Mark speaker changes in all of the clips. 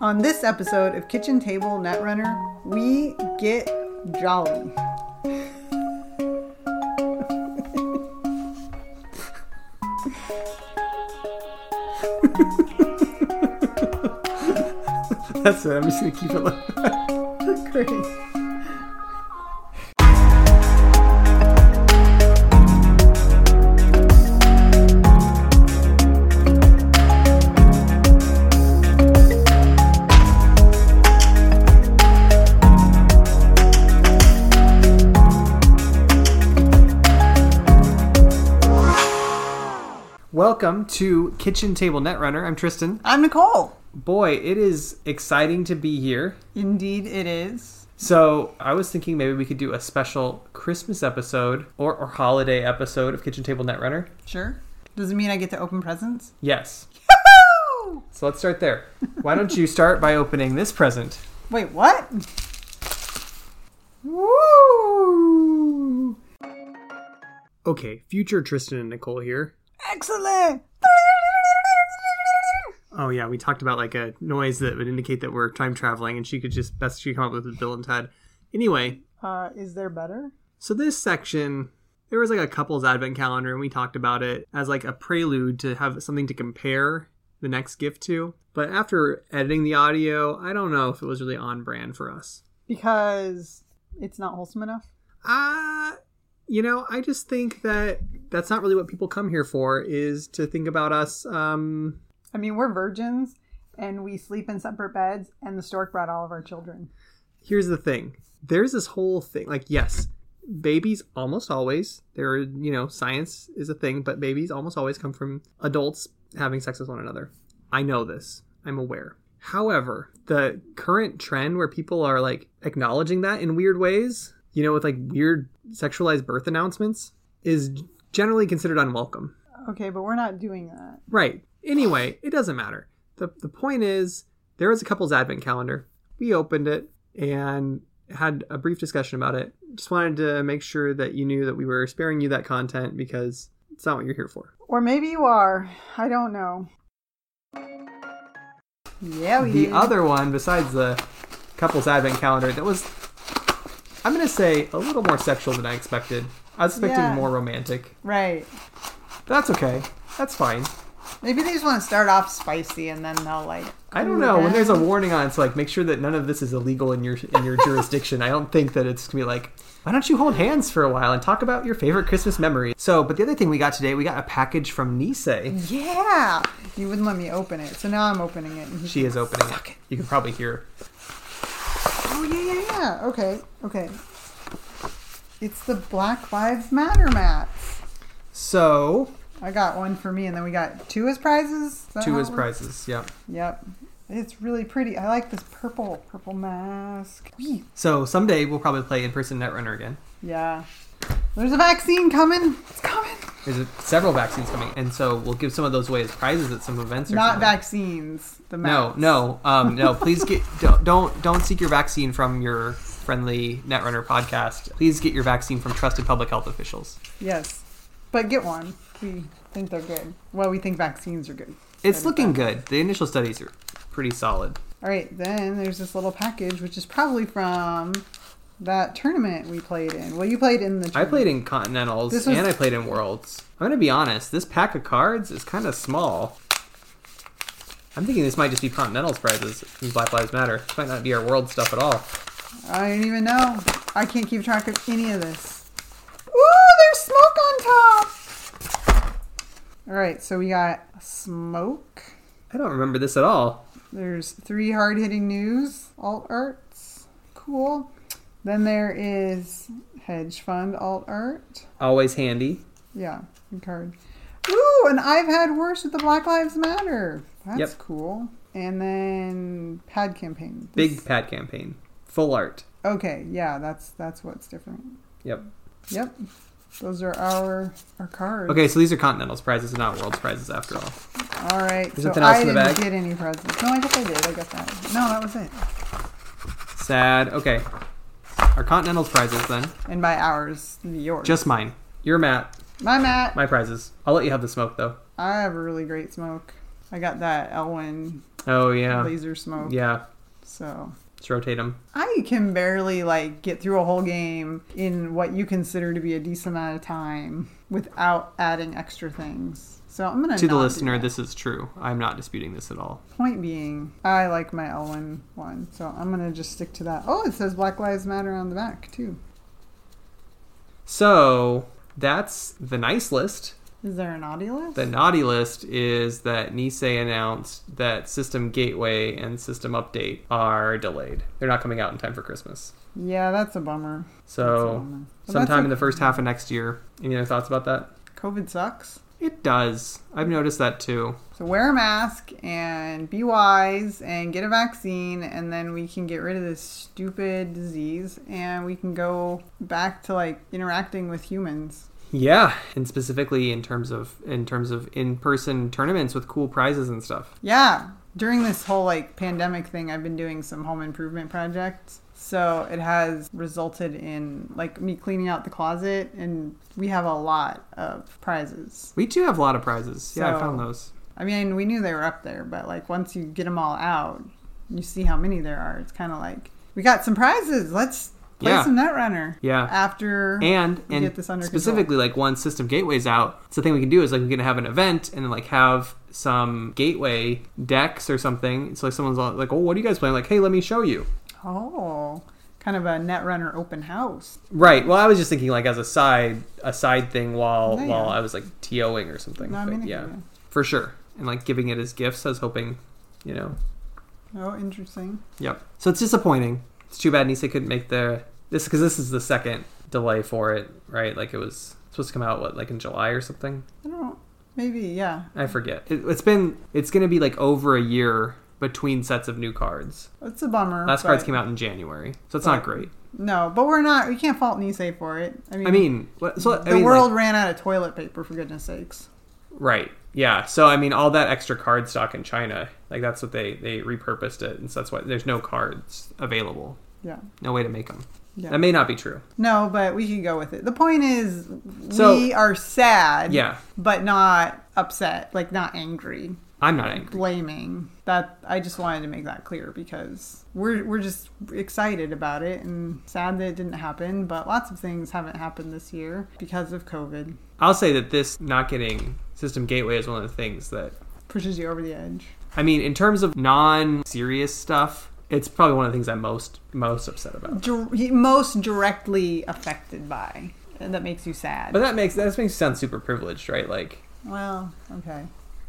Speaker 1: On this episode of Kitchen Table Netrunner, we get jolly.
Speaker 2: That's it. I'm just gonna keep it like.
Speaker 1: Great.
Speaker 2: Welcome to Kitchen Table Netrunner. I'm Tristan.
Speaker 1: I'm Nicole.
Speaker 2: Boy, it is exciting to be here.
Speaker 1: Indeed, it is.
Speaker 2: So I was thinking maybe we could do a special Christmas episode or, or holiday episode of Kitchen Table Netrunner.
Speaker 1: Sure. Does it mean I get to open presents?
Speaker 2: Yes.
Speaker 1: Woo!
Speaker 2: So let's start there. Why don't you start by opening this present?
Speaker 1: Wait, what? Woo!
Speaker 2: Okay, future Tristan and Nicole here.
Speaker 1: Excellent!
Speaker 2: Oh yeah, we talked about like a noise that would indicate that we're time traveling, and she could just best she could come up with a Bill and Ted. Anyway,
Speaker 1: Uh, is there better?
Speaker 2: So this section, there was like a couple's advent calendar, and we talked about it as like a prelude to have something to compare the next gift to. But after editing the audio, I don't know if it was really on brand for us.
Speaker 1: Because it's not wholesome enough?
Speaker 2: Uh you know, I just think that that's not really what people come here for is to think about us um
Speaker 1: I mean, we're virgins and we sleep in separate beds, and the stork brought all of our children.
Speaker 2: here's the thing there's this whole thing like yes babies almost always there are you know science is a thing but babies almost always come from adults having sex with one another i know this i'm aware however the current trend where people are like acknowledging that in weird ways you know with like weird sexualized birth announcements is generally considered unwelcome
Speaker 1: Okay, but we're not doing that.
Speaker 2: Right. Anyway, it doesn't matter. The the point is there was a couple's advent calendar. We opened it and had a brief discussion about it. Just wanted to make sure that you knew that we were sparing you that content because it's not what you're here for.
Speaker 1: Or maybe you are. I don't know. Yeah, we
Speaker 2: The
Speaker 1: did.
Speaker 2: other one besides the couple's advent calendar that was I'm going to say a little more sexual than I expected. I was expecting
Speaker 1: Yeah.
Speaker 2: more romantic.
Speaker 1: Right.
Speaker 2: That's okay. That's fine.
Speaker 1: Maybe they just want to start off spicy and then they'll like.
Speaker 2: I
Speaker 1: cool
Speaker 2: don't know. When
Speaker 1: down.
Speaker 2: there's a warning on, it's like make sure that none of this is illegal in your in your jurisdiction. I don't think that it's gonna be like, why don't you hold hands for a while and talk about your favorite Christmas memory? So, but the other thing we got today, we got a package from Nisei.
Speaker 1: Yeah! You wouldn't let me open it, so now I'm opening it. And he's-
Speaker 2: She is opening it. You can probably hear.
Speaker 1: oh, yeah, yeah, yeah. Okay, okay. It's the Black Lives Matter mats.
Speaker 2: So
Speaker 1: I got one for me, and then we got two as prizes. Is that
Speaker 2: two
Speaker 1: how
Speaker 2: is
Speaker 1: it works?
Speaker 2: prizes. Yeah.
Speaker 1: Yep. It's really pretty. I like this purple, purple mask. Whee.
Speaker 2: So someday we'll probably play in person Netrunner again.
Speaker 1: Yeah. There's a vaccine coming. It's coming.
Speaker 2: There's a, several vaccines coming, and so we'll give some of those away as prizes at some events. Or
Speaker 1: Not
Speaker 2: something.
Speaker 1: vaccines. The
Speaker 2: No,
Speaker 1: mask.
Speaker 2: no, um, no. Please get don't, don't don't seek your vaccine from your friendly Netrunner podcast. Please get your vaccine from trusted public health officials.
Speaker 1: Yes. But get one. We think they're good. Well, we think vaccines are good.
Speaker 2: It's looking good. The initial studies are pretty solid.
Speaker 1: All right, then there's this little package, which is probably from that tournament we played in. Well, you played in the
Speaker 2: I
Speaker 1: tournament.
Speaker 2: played in Continentals
Speaker 1: This was-
Speaker 2: and I played in Worlds. I'm gonna be honest. This pack of cards is kind of small. I'm thinking this might just be Continentals prizes. since Black Lives Matter. This might not be our World stuff at all.
Speaker 1: I don't even know. I can't keep track of any of this. Ooh, there's smoke on top. All right, so we got smoke.
Speaker 2: I don't remember this at all.
Speaker 1: There's three hard hitting news, alt arts. Cool. Then there is hedge fund alt art.
Speaker 2: Always handy.
Speaker 1: Yeah, good card. Ooh, and I've had worse with the Black Lives Matter. That's
Speaker 2: Yep.
Speaker 1: cool. And then pad campaign.
Speaker 2: Big pad campaign. Full art.
Speaker 1: Okay, yeah, that's that's what's different.
Speaker 2: Yep.
Speaker 1: Yep. Those are our our cards.
Speaker 2: Okay, so these are Continental's prizes, not World's prizes after all.
Speaker 1: All right. So
Speaker 2: something else
Speaker 1: I
Speaker 2: in the
Speaker 1: didn't
Speaker 2: bag?
Speaker 1: get any presents. No, I guess I did. I got that. No, that was it.
Speaker 2: Sad. Okay. Our Continental's prizes then.
Speaker 1: And by ours, yours.
Speaker 2: Just mine. Your Matt.
Speaker 1: my mat.
Speaker 2: My prizes. I'll let you have the smoke though.
Speaker 1: I have a really great smoke. I got that Elwin.
Speaker 2: Oh yeah,
Speaker 1: laser smoke.
Speaker 2: yeah.
Speaker 1: So
Speaker 2: Let's rotate them.
Speaker 1: I can barely like get through a whole game in what you consider to be a decent amount of time without adding extra things. So I'm gonna
Speaker 2: To the
Speaker 1: not do
Speaker 2: listener,
Speaker 1: that.
Speaker 2: this is true. I'm not disputing this at all.
Speaker 1: point being, I like my Elwin one, so I'm gonna just stick to that. Oh, it says Black Lives Matter on the back too.
Speaker 2: So that's the nice list.
Speaker 1: Is there an naughty list?
Speaker 2: The naughty list is that Nisei announced that System Gateway and System Update are delayed. They're not coming out in time for Christmas.
Speaker 1: yeah, that's a bummer. That's a
Speaker 2: So
Speaker 1: bummer. But that's
Speaker 2: sometime in
Speaker 1: okay.
Speaker 2: the first half of next year. Any other thoughts about that?
Speaker 1: COVID sucks.
Speaker 2: It does. I've noticed that too.
Speaker 1: So wear a mask and be wise and get a vaccine, and then we can get rid of this stupid disease and we can go back to like interacting with humans.
Speaker 2: Yeah, and specifically in terms of in terms of in-person tournaments with cool prizes and stuff.
Speaker 1: Yeah. During this whole like pandemic thing, I've been doing some home improvement projects. So it has resulted in like me cleaning out the closet, and we have a lot of prizes.
Speaker 2: We do have a lot of prizes. Yeah, I
Speaker 1: So-
Speaker 2: found those.
Speaker 1: I mean, we knew they were up there, but like once you get them all out, you see how many there are. It's kind of like we got some prizes. Let's play
Speaker 2: Yeah.
Speaker 1: some Netrunner.
Speaker 2: Yeah.
Speaker 1: After
Speaker 2: and
Speaker 1: we
Speaker 2: and
Speaker 1: get this under
Speaker 2: specifically like once system gateway's out so the thing we can do is like we can have an event and then like have some gateway decks or something so like someone's all like oh what are you guys playing like hey let me show you
Speaker 1: control. Oh, kind of a Netrunner open house.
Speaker 2: right well i was just thinking like as a side a side thing while
Speaker 1: Yeah, yeah.
Speaker 2: while i was like toing or something
Speaker 1: No, I
Speaker 2: But
Speaker 1: mean,
Speaker 2: yeah
Speaker 1: yeah.
Speaker 2: for sure and like giving it as gifts i was hoping you know
Speaker 1: Oh, interesting.
Speaker 2: Yep. So it's disappointing. It's too bad Nisei couldn't make the this because this is the second delay for it, right? Like it was supposed to come out what like in July or something.
Speaker 1: I don't. Maybe yeah.
Speaker 2: I forget. It, it's been it's going to be like over a year between sets of new cards.
Speaker 1: It's a bummer.
Speaker 2: Last
Speaker 1: but-
Speaker 2: cards came out in January, so it's not
Speaker 1: but-
Speaker 2: great.
Speaker 1: No, but we're not. We can't fault Nisei for it. I mean,
Speaker 2: I mean, what, so
Speaker 1: the
Speaker 2: I mean,
Speaker 1: world
Speaker 2: like-
Speaker 1: ran out of toilet paper for goodness sakes.
Speaker 2: right? Yeah. So I mean, all that extra card stock in China, like that's what they they repurposed it, and so that's why there's no cards available.
Speaker 1: Yeah.
Speaker 2: No way to make them.
Speaker 1: Yeah.
Speaker 2: That may not be true.
Speaker 1: No, but we can go with it. The point is,
Speaker 2: So-
Speaker 1: we are sad,
Speaker 2: Yeah.
Speaker 1: but not upset, like not angry,
Speaker 2: I'm not angry.
Speaker 1: blaming. That I just wanted to make that clear because we're we're just excited about it and sad that it didn't happen. But lots of things haven't happened this year because of COVID.
Speaker 2: I'll say that this not getting system gateway is one of the things that
Speaker 1: Pushes you over the edge.
Speaker 2: I mean, in terms of non-serious stuff, it's probably one of the things I'm most most upset about.
Speaker 1: Dir- he- most directly affected by, and that makes you sad.
Speaker 2: But that makes that makes you sound super privileged, right? Like
Speaker 1: well, okay,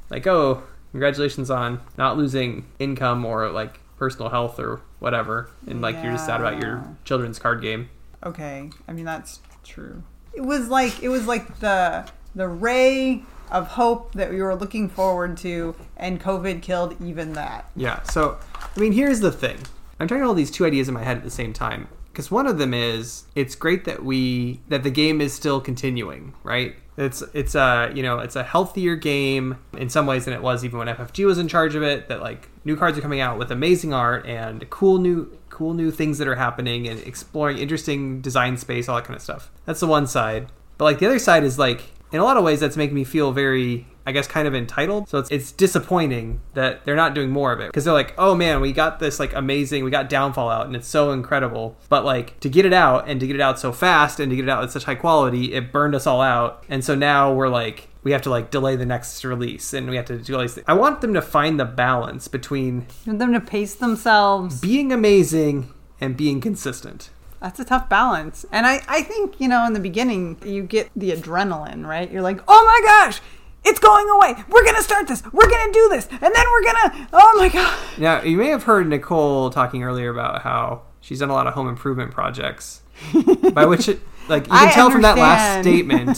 Speaker 2: like oh, congratulations on not losing income or like personal health or whatever, and like you're just sad about
Speaker 1: Yeah.
Speaker 2: your children's card game.
Speaker 1: okay. I mean that's true. It was like it was like the the ray of hope that we were looking forward to, and COVID killed even that.
Speaker 2: Yeah. So, I mean, here's the thing. I'm trying to hold these two ideas in my head at the same time because one of them is it's great that we that the game is still continuing, right? It's it's a you know it's a healthier game in some ways than it was even when FFG was in charge of it. That like new cards are coming out with amazing art and cool new cool new things that are happening and exploring interesting design space, all that kind of stuff. That's the one side. But like the other side is like in a lot of ways that's making me feel very I guess kind of entitled. So it's it's disappointing that they're not doing more of it because they're like, "Oh man, we got this like amazing, we got Downfall out and it's so incredible." But like to get it out and to get it out so fast and to get it out at such high quality, it burned us all out. And so now we're like we have to like delay the next release and we have to do all these things. I want them to find the balance between
Speaker 1: For them to pace themselves,
Speaker 2: being amazing and being consistent.
Speaker 1: that's a tough balance. And I, I think, you know, in the beginning, you get the adrenaline, right? You're like, oh my gosh, it's going away. We're going to start this. We're going to do this. And then we're going to, oh my gosh.
Speaker 2: Now, you may have heard Nicole talking earlier about how she's done a lot of home improvement projects. by which it, like you can
Speaker 1: I
Speaker 2: tell from that last
Speaker 1: understand.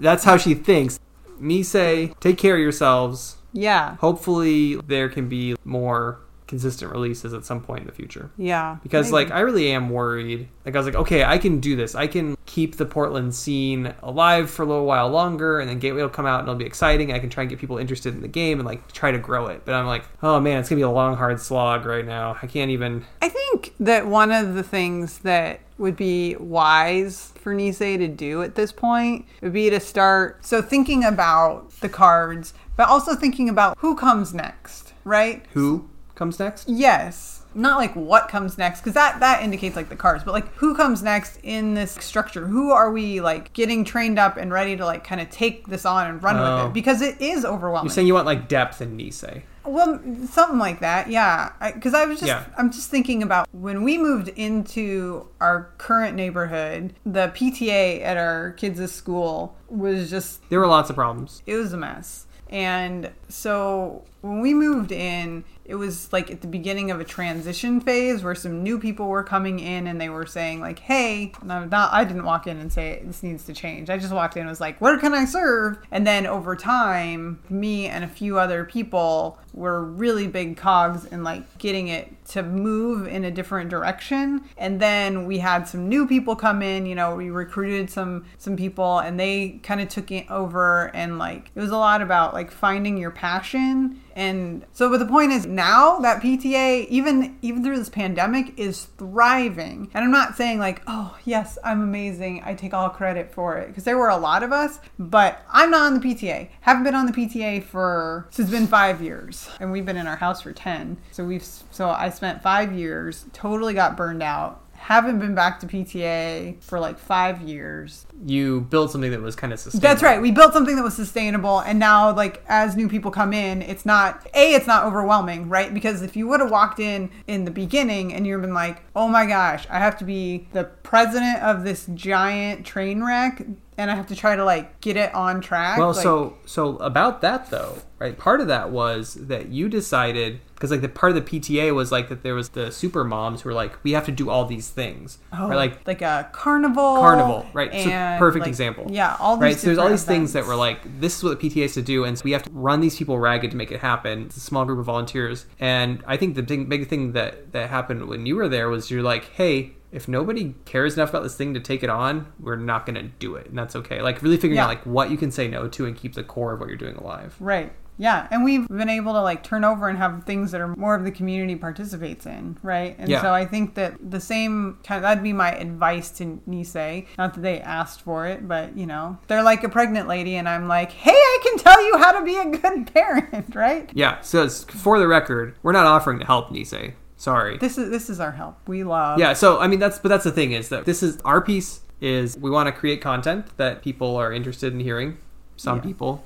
Speaker 2: that's how she thinks. Me say, take care of yourselves.
Speaker 1: Yeah.
Speaker 2: Hopefully, there can be more consistent releases at some point in the future.
Speaker 1: Yeah.
Speaker 2: Because like I really am worried. Like I was like, okay, I can do this. I can keep the Portland scene alive for a little while longer, and then Gateway will come out and it'll be exciting. I can try and get people interested in the game and like try to grow it. But I'm like, oh man, it's gonna be a long hard slog right now. I can't even.
Speaker 1: I think that one of the things that would be wise for Nisei to do at this point would be to start so thinking about the cards, but also thinking about who comes next, right?
Speaker 2: Who? comes next?
Speaker 1: Yes. Not like what comes next, because that, that indicates like the cars, but like who comes next in this structure? Who are we like getting trained up and ready to like kind of take this on and run
Speaker 2: Oh.
Speaker 1: with it? Because it is overwhelming.
Speaker 2: You're saying you want like depth in Nisei.
Speaker 1: Well, something like that, yeah. Because I, was just,
Speaker 2: Yeah.
Speaker 1: I'm just thinking about when we moved into our current neighborhood, the PTA at our kids' school was just,
Speaker 2: There were lots of problems.
Speaker 1: it was a mess. And so when we moved in, it was like at the beginning of a transition phase where some new people were coming in and they were saying like, "Hey," no, not I didn't walk in and say this needs to change. I just walked in and was like, "What can I serve?" And then over time, me and a few other people were really big cogs in like getting it to move in a different direction. And then we had some new people come in, you know, we recruited some some people and they kind of took it over and like it was a lot about like finding your passion and so but the point is now that PTA even even through this pandemic is thriving. And I'm not saying like, "Oh, yes, I'm amazing. I take all credit for it." Because there were a lot of us, but I'm not on the PTA. Haven't been on the PTA for so it's been 5 years and we've been in our house for 10. So we've so I spent 5 years, totally got burned out. Haven't been back to PTA for like 5 years.
Speaker 2: You built something that was kind of sustainable.
Speaker 1: That's right. We built something that was sustainable, and now, like, as new people come in, it's not a. It's not overwhelming, right? Because if you would have walked in in the beginning and you've been like, "Oh my gosh, I have to be the president of this giant train wreck, and I have to try to like get it on track."
Speaker 2: Well,
Speaker 1: like,
Speaker 2: so so about that though, right? Part of that was that you decided because like the part of the PTA was like that there was the super moms who were like, we have to do all these things,
Speaker 1: oh,
Speaker 2: right? Like
Speaker 1: like a carnival,
Speaker 2: carnival, right?
Speaker 1: and,
Speaker 2: so perfect
Speaker 1: like,
Speaker 2: example.
Speaker 1: Yeah, all these
Speaker 2: right. So there's all
Speaker 1: different
Speaker 2: these things that
Speaker 1: events.
Speaker 2: were like, this is what the PTA has to do, and so we have to run these people ragged to make it happen. It's a small group of volunteers, and I think the big, big thing that that happened when you were there was you're like, hey. If nobody cares enough about this thing to take it on, we're not going to do it, and that's okay. Like really figuring
Speaker 1: Yeah.
Speaker 2: out like what you can say no to and keep the core of what you're doing alive.
Speaker 1: Right. Yeah, and we've been able to like turn over and have things that are more of the community participates in, right? And
Speaker 2: Yeah.
Speaker 1: so I think that the same kind that'd be my advice to Nisei. Not that they asked for it, but you know, they're like a pregnant lady, and I'm like, hey, I can tell you how to be a good parent, right?
Speaker 2: Yeah. So it's, for the record, we're not offering to help Nisei. Sorry.
Speaker 1: This is this is our help. We love.
Speaker 2: Yeah. So I mean, that's but that's the thing is that this is our piece is we want to create content that people are interested in hearing. Some
Speaker 1: Yeah.
Speaker 2: people,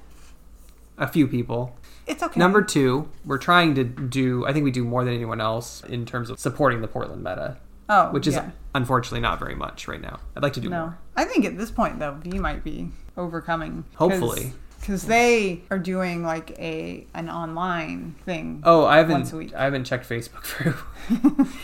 Speaker 2: a few people.
Speaker 1: It's okay.
Speaker 2: Number two, we're trying to do. I think we do more than anyone else in terms of supporting the Portland meta,
Speaker 1: oh,
Speaker 2: which is
Speaker 1: yeah.
Speaker 2: unfortunately not very much right now. I'd like to do
Speaker 1: No,
Speaker 2: more.
Speaker 1: I think at this point though, V might be overcoming.
Speaker 2: Hopefully.
Speaker 1: because they are doing like a an online thing.
Speaker 2: Oh, I
Speaker 1: Once a week.
Speaker 2: haven't. I haven't checked Facebook through.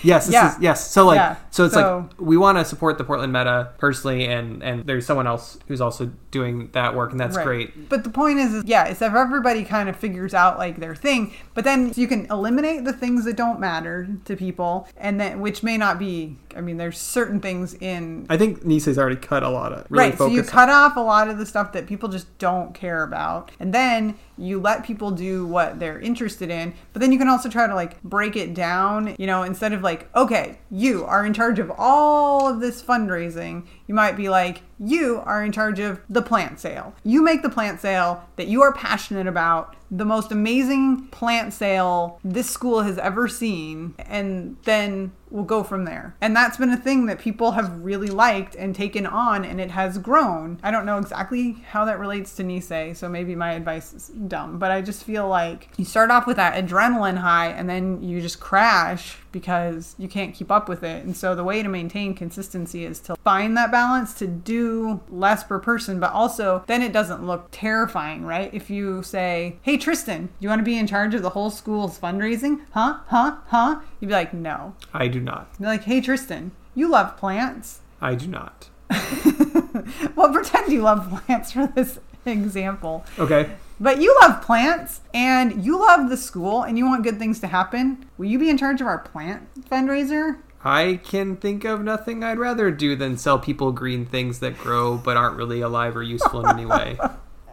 Speaker 2: yes, this
Speaker 1: Yeah.
Speaker 2: is, yes. So like,
Speaker 1: Yeah,
Speaker 2: so it's
Speaker 1: so-
Speaker 2: like we want to support the Portland Meta personally, and and there's someone else who's also doing that work, and that's
Speaker 1: Right.
Speaker 2: great.
Speaker 1: But the point is, is yeah, it's if everybody kind of figures out like their thing, but then you can eliminate the things that don't matter to people, and then which may not be. I mean, there's certain things in
Speaker 2: I think Nisei's already cut a lot of
Speaker 1: right. So you cut off a lot of the stuff that people just don't care about, and then you let people do what they're interested in. But then you can also try to like break it down. You know, instead of like, okay, you are in charge of all of this fundraising, you might be like, you are in charge of the plant sale. You make the plant sale that you are passionate about. The most amazing plant sale this school has ever seen, and then we'll go from there. And that's been a thing that people have really liked and taken on, and it has grown. I don't know exactly how that relates to Nisei, so maybe my advice is dumb, but I just feel like you start off with that adrenaline high and then you just crash because you can't keep up with it. And so the way to maintain consistency is to find that balance to do less per person, but also then it doesn't look terrifying, right? If you say, Hey, Tristan, you want to be in charge of the whole school's fundraising? Huh? Huh? Huh? You'd be like, No.
Speaker 2: I do not.
Speaker 1: Be like, hey, Tristan, you love plants.
Speaker 2: I do not.
Speaker 1: Well, pretend you love plants for this example.
Speaker 2: Okay.
Speaker 1: But you love plants and you love the school and you want good things to happen. Will you be in charge of our plant fundraiser?
Speaker 2: I can think of nothing I'd rather do than sell people green things that grow but aren't really alive or useful in any way.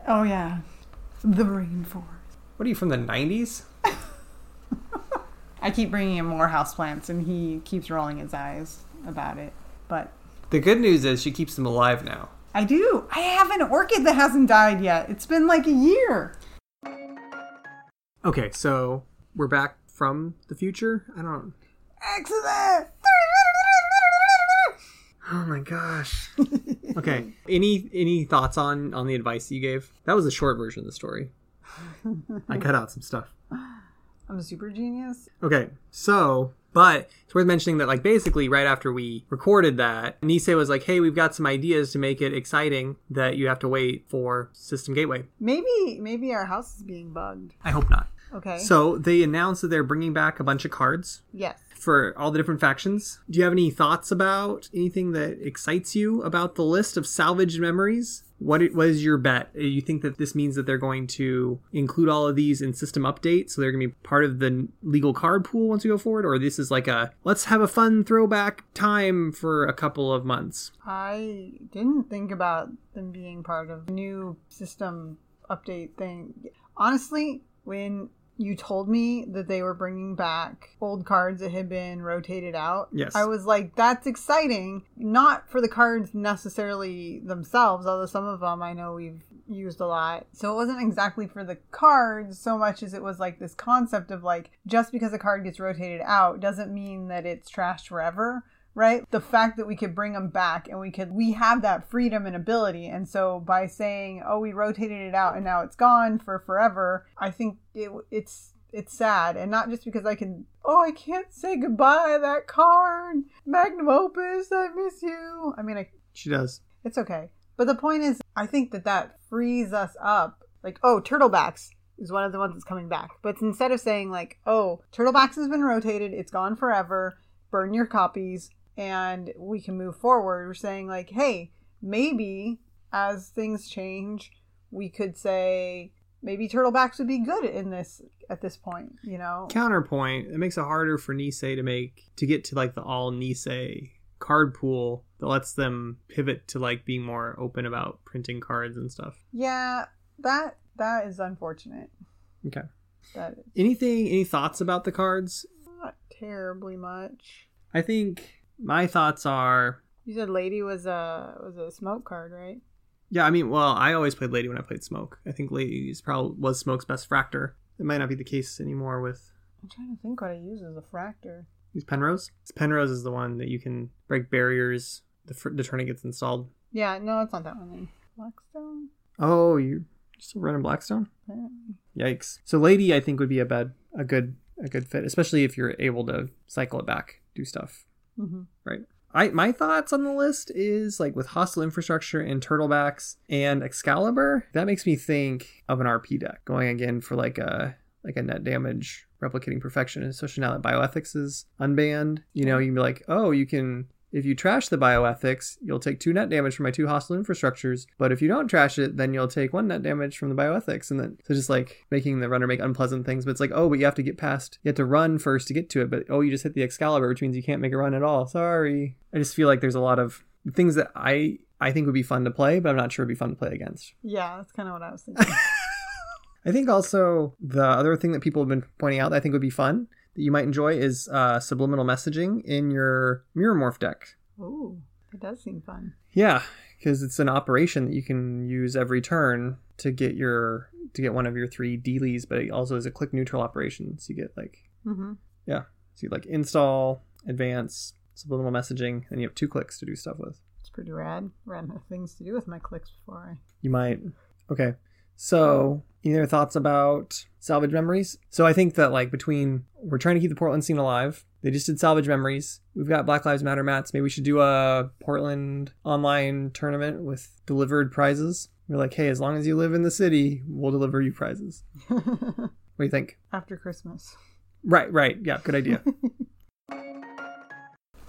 Speaker 1: Oh, yeah. The rainforest.
Speaker 2: What are you from the 90s?
Speaker 1: I keep bringing him more houseplants and he keeps rolling his eyes about it. But
Speaker 2: The good news is she keeps them alive now.
Speaker 1: I do. I have an orchid that hasn't died yet. It's been like a year.
Speaker 2: Okay, so we're back from the future. I don't.
Speaker 1: Accident!
Speaker 2: Oh my gosh. okay. Any any thoughts on on the advice you gave? That was a short version of the story. I cut out some stuff.
Speaker 1: I'm a super genius.
Speaker 2: Okay, so but it's worth mentioning that like basically right after we recorded that, Nisei was like, "Hey, we've got some ideas to make it exciting that you have to wait for System Gateway."
Speaker 1: Maybe maybe our house is being bugged.
Speaker 2: I hope not.
Speaker 1: Okay.
Speaker 2: So they announced that they're bringing back a bunch of cards
Speaker 1: yes.
Speaker 2: for all the different factions. Do you have any thoughts about anything that excites you about the list of salvaged memories? What it was your bet? Uh, You think that this means that they're going to include all of these in system update, so they're going to be part of the n- legal card pool once we go forward, or this is like a let's have a fun throwback time for a couple of months?
Speaker 1: I didn't think about them being part of the new system update thing. Honestly, when you told me that they were bringing back old cards that had been rotated out,
Speaker 2: Yes.
Speaker 1: I was like, that's exciting. Not for the cards necessarily themselves, although some of them I know we've used a lot. So it wasn't exactly for the cards so much as it was like this concept of like, just because a card gets rotated out doesn't mean that it's trashed forever right? The fact that we could bring them back and we could, we have that freedom and ability. And so by saying, oh, we rotated it out and now it's gone for forever, I think it, it's, it's sad. And not just because I can, oh, I can't say goodbye to that card, magnum opus, I miss you. I mean, I,
Speaker 2: She does.
Speaker 1: it's okay. But the point is, I think that that frees us up. Like, oh, Turtlebacks is one of the ones that's coming back. But instead of saying, like, oh, Turtlebacks has been rotated, it's gone forever, burn your copies, and we can move forward, we're saying, like, hey, maybe as things change, we could say, maybe Turtlebacks would be good in this at this point, you know?
Speaker 2: counterpoint it makes it harder for nisei to make to get to like the all nisei card pool that lets them pivot to like being more open about printing cards and stuff
Speaker 1: Yeah, that that is unfortunate.
Speaker 2: Okay.
Speaker 1: That is
Speaker 2: anything any thoughts about the cards
Speaker 1: not terribly much.
Speaker 2: i think my thoughts are
Speaker 1: You said Lady was a was a smoke card, right?
Speaker 2: yeah i mean well i always played lady when i played smoke i think lady is probably was smoke's best fractor it might not be the case anymore with
Speaker 1: I'm trying to think what I use as a fractor.
Speaker 2: use penrose penrose is the one that you can break barriers the, fr- the tournament gets installed
Speaker 1: Yeah, no, it's not that one then. Blackstone?
Speaker 2: oh you're still running blackstone
Speaker 1: Apparently.
Speaker 2: Yikes. So Lady I think would be a bad a good a good fit, especially if you're able to cycle it back, do stuff.
Speaker 1: Mm-hmm.
Speaker 2: I my thoughts on the list is like with hostile infrastructure and turtlebacks and Excalibur, that makes me think of an RP deck going again for like a like a net damage replicating perfection, especially now that bioethics is unbanned. You know, you can be like, oh, you can if you trash the bioethics, you'll take two net damage from my two hostile infrastructures. But if you don't trash it, then you'll take one net damage from the bioethics. And then, so just like making the runner make unpleasant things. But it's like, oh, but you have to get past, you have to run first to get to it. But oh, you just hit the Excalibur, which means you can't make a run at all. Sorry. I just feel like there's a lot of things that I. I think would be fun to play, but I'm not sure it'd be fun to play against.
Speaker 1: Yeah, that's kind of what I was thinking.
Speaker 2: I think also the other thing that people have been pointing out that I think would be fun that you might enjoy is uh, subliminal messaging in your mirror morph deck.
Speaker 1: Ooh, it does seem fun.
Speaker 2: Yeah, because it's an operation that you can use every turn to get your to get one of your three dealies, but it also is a click neutral operation. So you get like
Speaker 1: Mm-hmm.
Speaker 2: so you like install, advance, subliminal messaging, and you have two clicks to do stuff with.
Speaker 1: It's pretty rad. Ran out of things to do with my clicks before
Speaker 2: You might. Okay. So, any other thoughts about salvage memories? So, I think that, like, between we're trying to keep the Portland scene alive, they just did salvage memories. We've got Black Lives Matter mats. Maybe we should do a Portland online tournament with delivered prizes. We're like, hey, as long as you live in the city, we'll deliver you prizes.
Speaker 1: I
Speaker 2: What do you think?
Speaker 1: after Christmas.
Speaker 2: Right, right. Yeah, good idea.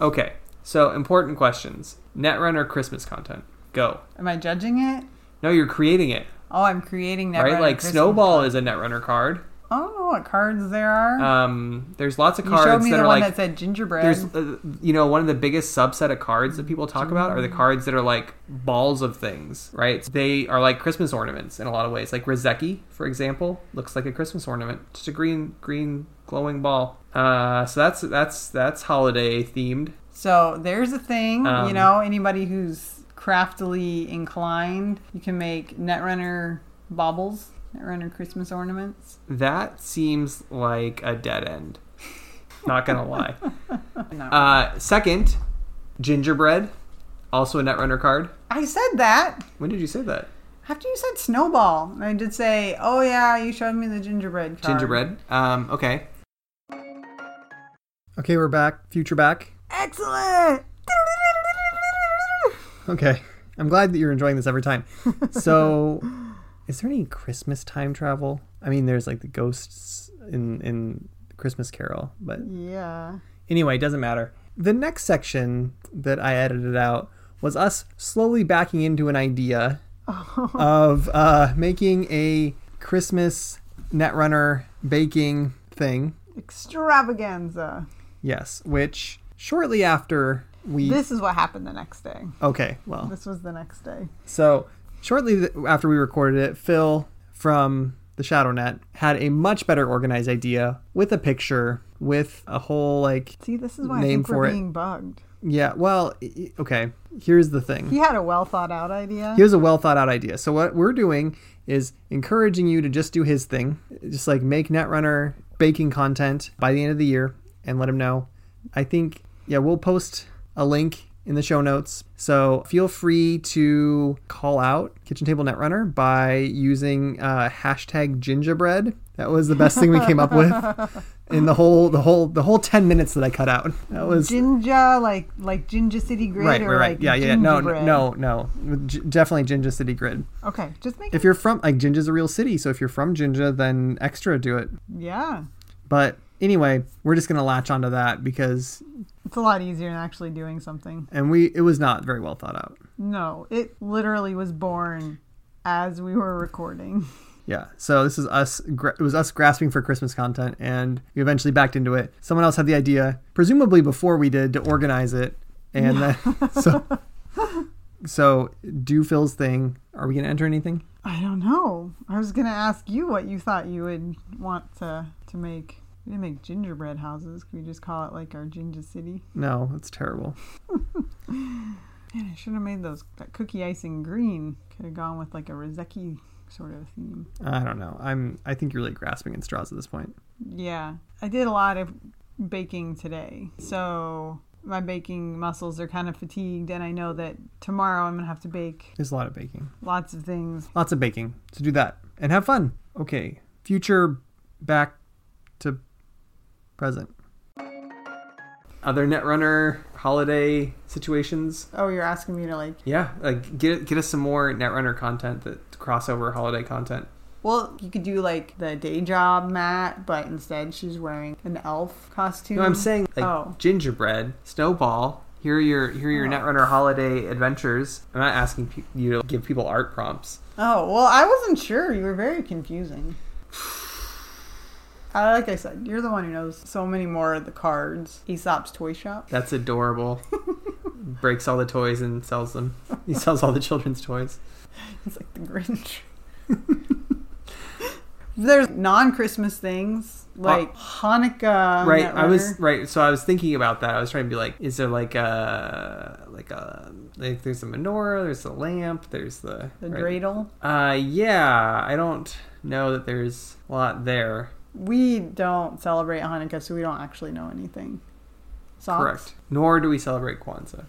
Speaker 2: okay. So, important questions Netrunner Christmas content. Go.
Speaker 1: Am I judging it?
Speaker 2: No, you're creating it,
Speaker 1: Oh, I'm creating that.
Speaker 2: right? Like, Snowball is a Netrunner card.
Speaker 1: I don't know what cards there are.
Speaker 2: Um, there's lots of
Speaker 1: you showed
Speaker 2: cards
Speaker 1: me
Speaker 2: that
Speaker 1: the
Speaker 2: are
Speaker 1: one
Speaker 2: like
Speaker 1: that said gingerbread.
Speaker 2: there's uh, you know one of the biggest subset of cards that people talk about are the cards that are like balls of things, right? They are like Christmas ornaments in a lot of ways. Like Rezeki, for example, looks like a Christmas ornament, just a green green glowing ball. Uh, so that's that's that's holiday themed.
Speaker 1: So there's a thing, you
Speaker 2: Um,
Speaker 1: know, anybody who's craftily inclined, you can make Netrunner baubles that were under Christmas ornaments.
Speaker 2: That seems like a dead end. Not gonna lie.
Speaker 1: No.
Speaker 2: Uh, second, gingerbread, also a Netrunner card.
Speaker 1: I said that
Speaker 2: When did you say that?
Speaker 1: after you said snowball. And I did say, oh yeah, you showed me the gingerbread card.
Speaker 2: Gingerbread. Um, okay. Okay, we're back. Future back.
Speaker 1: Excellent.
Speaker 2: Okay. I'm glad that you're enjoying this every time. So, is there any Christmas time travel? I mean, there's like the ghosts in in Christmas Carol, but
Speaker 1: Yeah.
Speaker 2: anyway, it doesn't matter. The next section that I edited out was us slowly backing into an idea of uh, making a Christmas Netrunner baking thing.
Speaker 1: Extravaganza.
Speaker 2: Yes, which shortly after we
Speaker 1: This is what happened the next day.
Speaker 2: okay, well,
Speaker 1: This was the next day.
Speaker 2: So shortly th- after we recorded it, Phil from the Shadownet had a much better organized idea with a picture, with a whole like
Speaker 1: See, this is why I
Speaker 2: Name
Speaker 1: think we're
Speaker 2: for it.
Speaker 1: being bugged.
Speaker 2: yeah. Well, i- i- okay. Here's the thing.
Speaker 1: He had a well thought out idea.
Speaker 2: Here's a well thought out idea. So what we're doing is encouraging you to just do his thing, just like make Netrunner baking content by the end of the year and let him know. I think yeah, we'll post a link in the show notes. So feel free to call out Kitchen Table Netrunner by using uh, hashtag gingerbread. That was the best thing we came up with in the whole the whole the whole ten minutes that I cut out. That was
Speaker 1: Ginger, like like Ginger City Grid,
Speaker 2: right, right,
Speaker 1: or
Speaker 2: right.
Speaker 1: like
Speaker 2: yeah, yeah, yeah. No,
Speaker 1: gingerbread?
Speaker 2: no, no, no. G- definitely Ginger City Grid.
Speaker 1: Okay, just make
Speaker 2: If
Speaker 1: it.
Speaker 2: you're from like Ginger's a real city, so if you're from Ginger, then extra do it.
Speaker 1: Yeah,
Speaker 2: But anyway, we're just gonna latch onto that because
Speaker 1: it's a lot easier than actually doing something.
Speaker 2: and we it was not very well thought out.
Speaker 1: No, it literally was born as we were recording.
Speaker 2: Yeah. So this is us. Gra- it was us grasping for Christmas content, and we eventually backed into it. Someone else had the idea, presumably before we did, to organize it, and then so so do Phil's thing. Are we gonna enter anything?
Speaker 1: I don't know. I was gonna ask you what you thought you would want to to make. We didn't make gingerbread houses. Can we just call it like our Ginger City?
Speaker 2: No, that's terrible.
Speaker 1: Man, I should have made those that cookie icing green. Could have gone with like a Rezeki sort of theme.
Speaker 2: I don't know. I'm. I think you're really grasping at straws at this point.
Speaker 1: Yeah, I did a lot of baking today. So my baking muscles are kind of fatigued, and I know that tomorrow I'm going to have to bake
Speaker 2: There's a lot of baking.
Speaker 1: lots of things.
Speaker 2: lots of baking. So do that and have fun. Okay. Future back to present. Other Netrunner holiday situations.
Speaker 1: Oh, you're asking me to like.
Speaker 2: Yeah, like get get us some more Netrunner content that crossover holiday content.
Speaker 1: Well, you could do like the day job Matt, but instead she's wearing an elf costume.
Speaker 2: No, I'm saying like
Speaker 1: Oh.
Speaker 2: gingerbread, snowball. Here are your here are your Netrunner holiday adventures. I'm not asking pe- you to give people art prompts.
Speaker 1: Oh, well, I wasn't sure. You were very confusing. Uh, like I said, you're the one who knows so many more of the cards. Aesop's Toy Shop.
Speaker 2: That's adorable. Breaks all the toys and sells them. He sells all the children's toys.
Speaker 1: It's like the Grinch. There's non-Christmas things like Hanukkah.
Speaker 2: Uh, right
Speaker 1: Netrunner.
Speaker 2: i was right so i was thinking about that i was trying to be like is there like a like a like there's a menorah there's a lamp there's the
Speaker 1: the
Speaker 2: right.
Speaker 1: dreidel.
Speaker 2: uh yeah i don't know that there's a lot there
Speaker 1: We don't celebrate Hanukkah, so we don't actually know anything. Socks.
Speaker 2: correct nor do we celebrate kwanzaa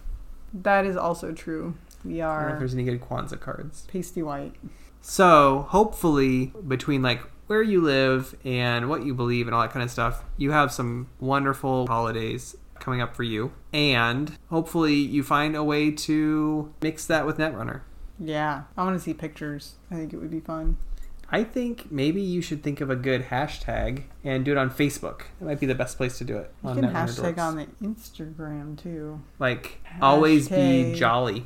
Speaker 1: That is also true. We
Speaker 2: i don't know if
Speaker 1: are
Speaker 2: there's any good kwanzaa cards
Speaker 1: pasty white.
Speaker 2: so hopefully between like where you live and what you believe and all that kind of stuff you have some wonderful holidays coming up for you and hopefully you find a way to mix that with netrunner
Speaker 1: Yeah, I want to see pictures. I think it would be fun.
Speaker 2: I think maybe you should think of a good hashtag and do it on Facebook. That might be the best place to do it.
Speaker 1: You
Speaker 2: on
Speaker 1: can
Speaker 2: Netrunner
Speaker 1: hashtag
Speaker 2: Dorks.
Speaker 1: on the Instagram too.
Speaker 2: like always be
Speaker 1: Hashtag.
Speaker 2: jolly.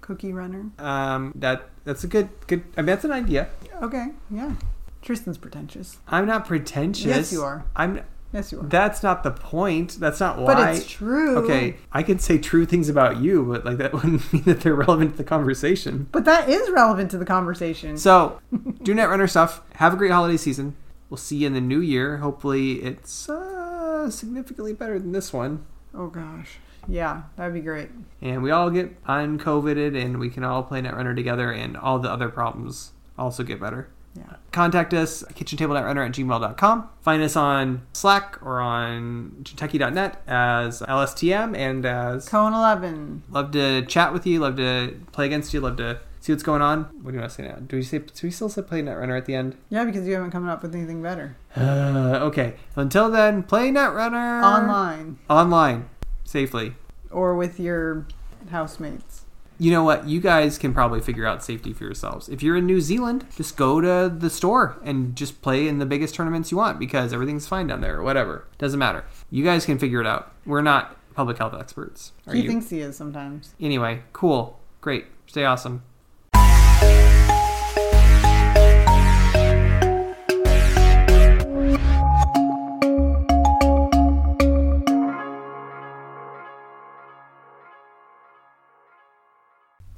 Speaker 1: Cookie runner.
Speaker 2: Um, that that's a good good. I mean, that's an idea.
Speaker 1: Okay, yeah. Tristan's pretentious.
Speaker 2: I'm not pretentious.
Speaker 1: Yes, you are.
Speaker 2: I'm.
Speaker 1: Yes, you are.
Speaker 2: That's not the point. That's not why.
Speaker 1: but it's true.
Speaker 2: Okay, I can say true things about you, but like that wouldn't mean that they're relevant to the conversation.
Speaker 1: But that is relevant to the conversation.
Speaker 2: So, do Netrunner stuff. Have a great holiday season. We'll see you in the new year. Hopefully, it's uh, significantly better than this one.
Speaker 1: Oh gosh. Yeah, that'd be great.
Speaker 2: and we all get uncovided and we can all play netrunner together and all the other problems also get better
Speaker 1: Yeah.
Speaker 2: Contact us, kitchentablelnetrunner at gmail.com. Find us on Slack or on jinteki.net as LSTM and as
Speaker 1: Cone 11.
Speaker 2: Love to chat with you. Love to play against you. Love to see what's going on. What do you want to say now? Do we say? Do we still say play Netrunner at the end?
Speaker 1: Yeah, because you haven't come up with anything better.
Speaker 2: Uh, okay. Until then, play Netrunner
Speaker 1: Online
Speaker 2: Online, safely.
Speaker 1: or with your housemates.
Speaker 2: You know what? You guys can probably figure out safety for yourselves. If you're in New Zealand, just go to the store and just play in the biggest tournaments you want because everything's fine down there or whatever. Doesn't matter. You guys can figure it out. We're not public health experts. Are
Speaker 1: he
Speaker 2: you?
Speaker 1: thinks he is sometimes.
Speaker 2: Anyway, cool. Great. Stay awesome.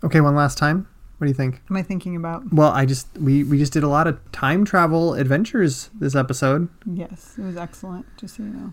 Speaker 2: Okay, one last time. What do you think?
Speaker 1: Am I thinking about?
Speaker 2: Well, I just we we just did a lot of time travel adventures this episode.
Speaker 1: Yes, it was excellent. Just so you know.